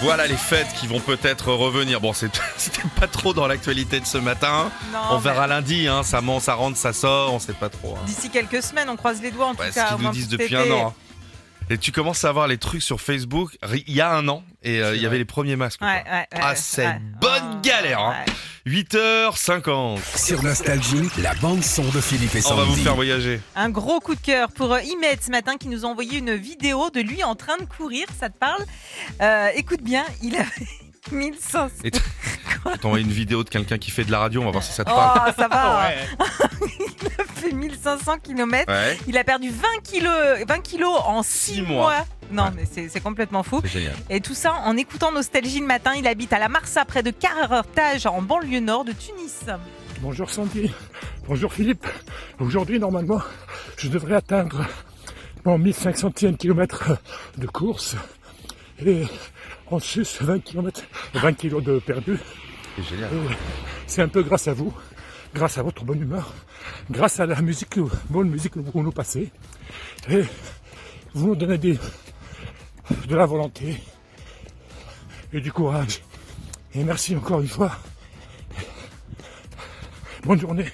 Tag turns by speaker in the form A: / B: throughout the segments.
A: Voilà les fêtes qui vont peut-être revenir. Bon, c'est- c'était pas trop dans l'actualité de ce matin.
B: Non,
A: on
B: mais
A: verra lundi, hein, ça monte, ça rentre, ça sort, on sait pas trop. hein.
B: D'ici quelques semaines, on croise les doigts en
A: Ouais,
B: tout
A: ce
B: cas. au
A: qu'ils nous
B: moins
A: disent
B: pour
A: depuis
B: cet
A: un
B: été.
A: an. hein. Et tu commences à voir les trucs sur Facebook ri- il y a un an et euh,
C: C'est
A: il y avait les premiers masques.
B: Ouais,
A: quoi.
B: ouais, ouais,
A: Ah, c'est
B: ouais.
A: bonne
B: Ah,
A: galère, hein. 8h50.
C: Sur Nostalgie, la bande son de Philippe et
A: On va vous
C: Sandy.
A: faire voyager.
B: Un gros coup de cœur pour euh, Imet ce matin qui nous a envoyé une vidéo de lui en train de courir. Ça te parle Euh, Écoute bien, il a 1500.
A: Et t- T'envoies une vidéo de quelqu'un qui fait de la radio, on va voir si ça te
B: Oh,
A: parle.
B: ça va Il a fait 1500 km.
A: Ouais,
B: Il a perdu 20 kilos, 20 kilos en 6,
A: Six mois.
B: mois. Non,
A: Ouais.
B: mais c'est c'est complètement fou.
A: c'est génial.
B: Et tout ça en écoutant Nostalgie le matin. Il habite à la Marsa, près de Carthage, en banlieue nord de Tunis. Ah,
D: Bonjour Sandy, bonjour Philippe. Aujourd'hui, normalement, je devrais atteindre mon 1500e kilomètre de course et en sus 20 km, 20 kilos de perdu.
A: C'est génial.
D: C'est un peu grâce à vous, grâce à votre bonne humeur, grâce à la musique, que- bonne musique que vous nous passez. Et vous nous donnez des- de la volonté et du courage. Et merci encore une fois. Bonne journée.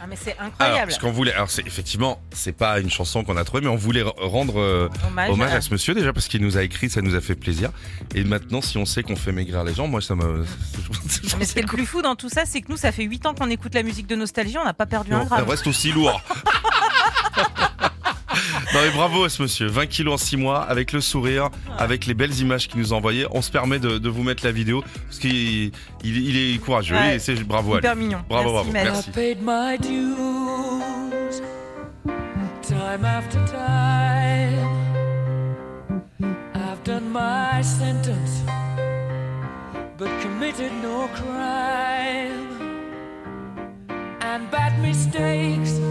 B: Ah, mais c'est
A: Alors,
B: incroyable.
A: parce qu'on voulait, alors c'est effectivement, c'est pas une chanson qu'on a trouvée, mais on voulait re- rendre euh,
B: Hommage,
A: hommage
B: à-
A: à ce monsieur déjà parce qu'il nous a écrit, ça nous a fait plaisir. Et maintenant, si on sait qu'on fait maigrir les gens, moi ça me.
B: Mais ce qui est le plus fou dans tout ça, c'est que nous, ça fait 8 ans qu'on écoute la musique de Nostalgie, on n'a pas perdu un
A: On
B: gramme.
A: reste aussi lourd. Non mais bravo à ce monsieur, 20 kilos en 6 mois, avec le sourire, avec les belles images qu'il nous a envoyées. On se permet de, de vous mettre la vidéo, parce qu'il il, il est courageux,
B: Ouais.
A: et c'est bravo à lui.
B: Super mignon.
A: Bravo, bravo.
B: Merci,
A: Merci.
B: Mel.
E: I paid my dues time after time. I've done my sentence, but committed no crime. And bad mistakes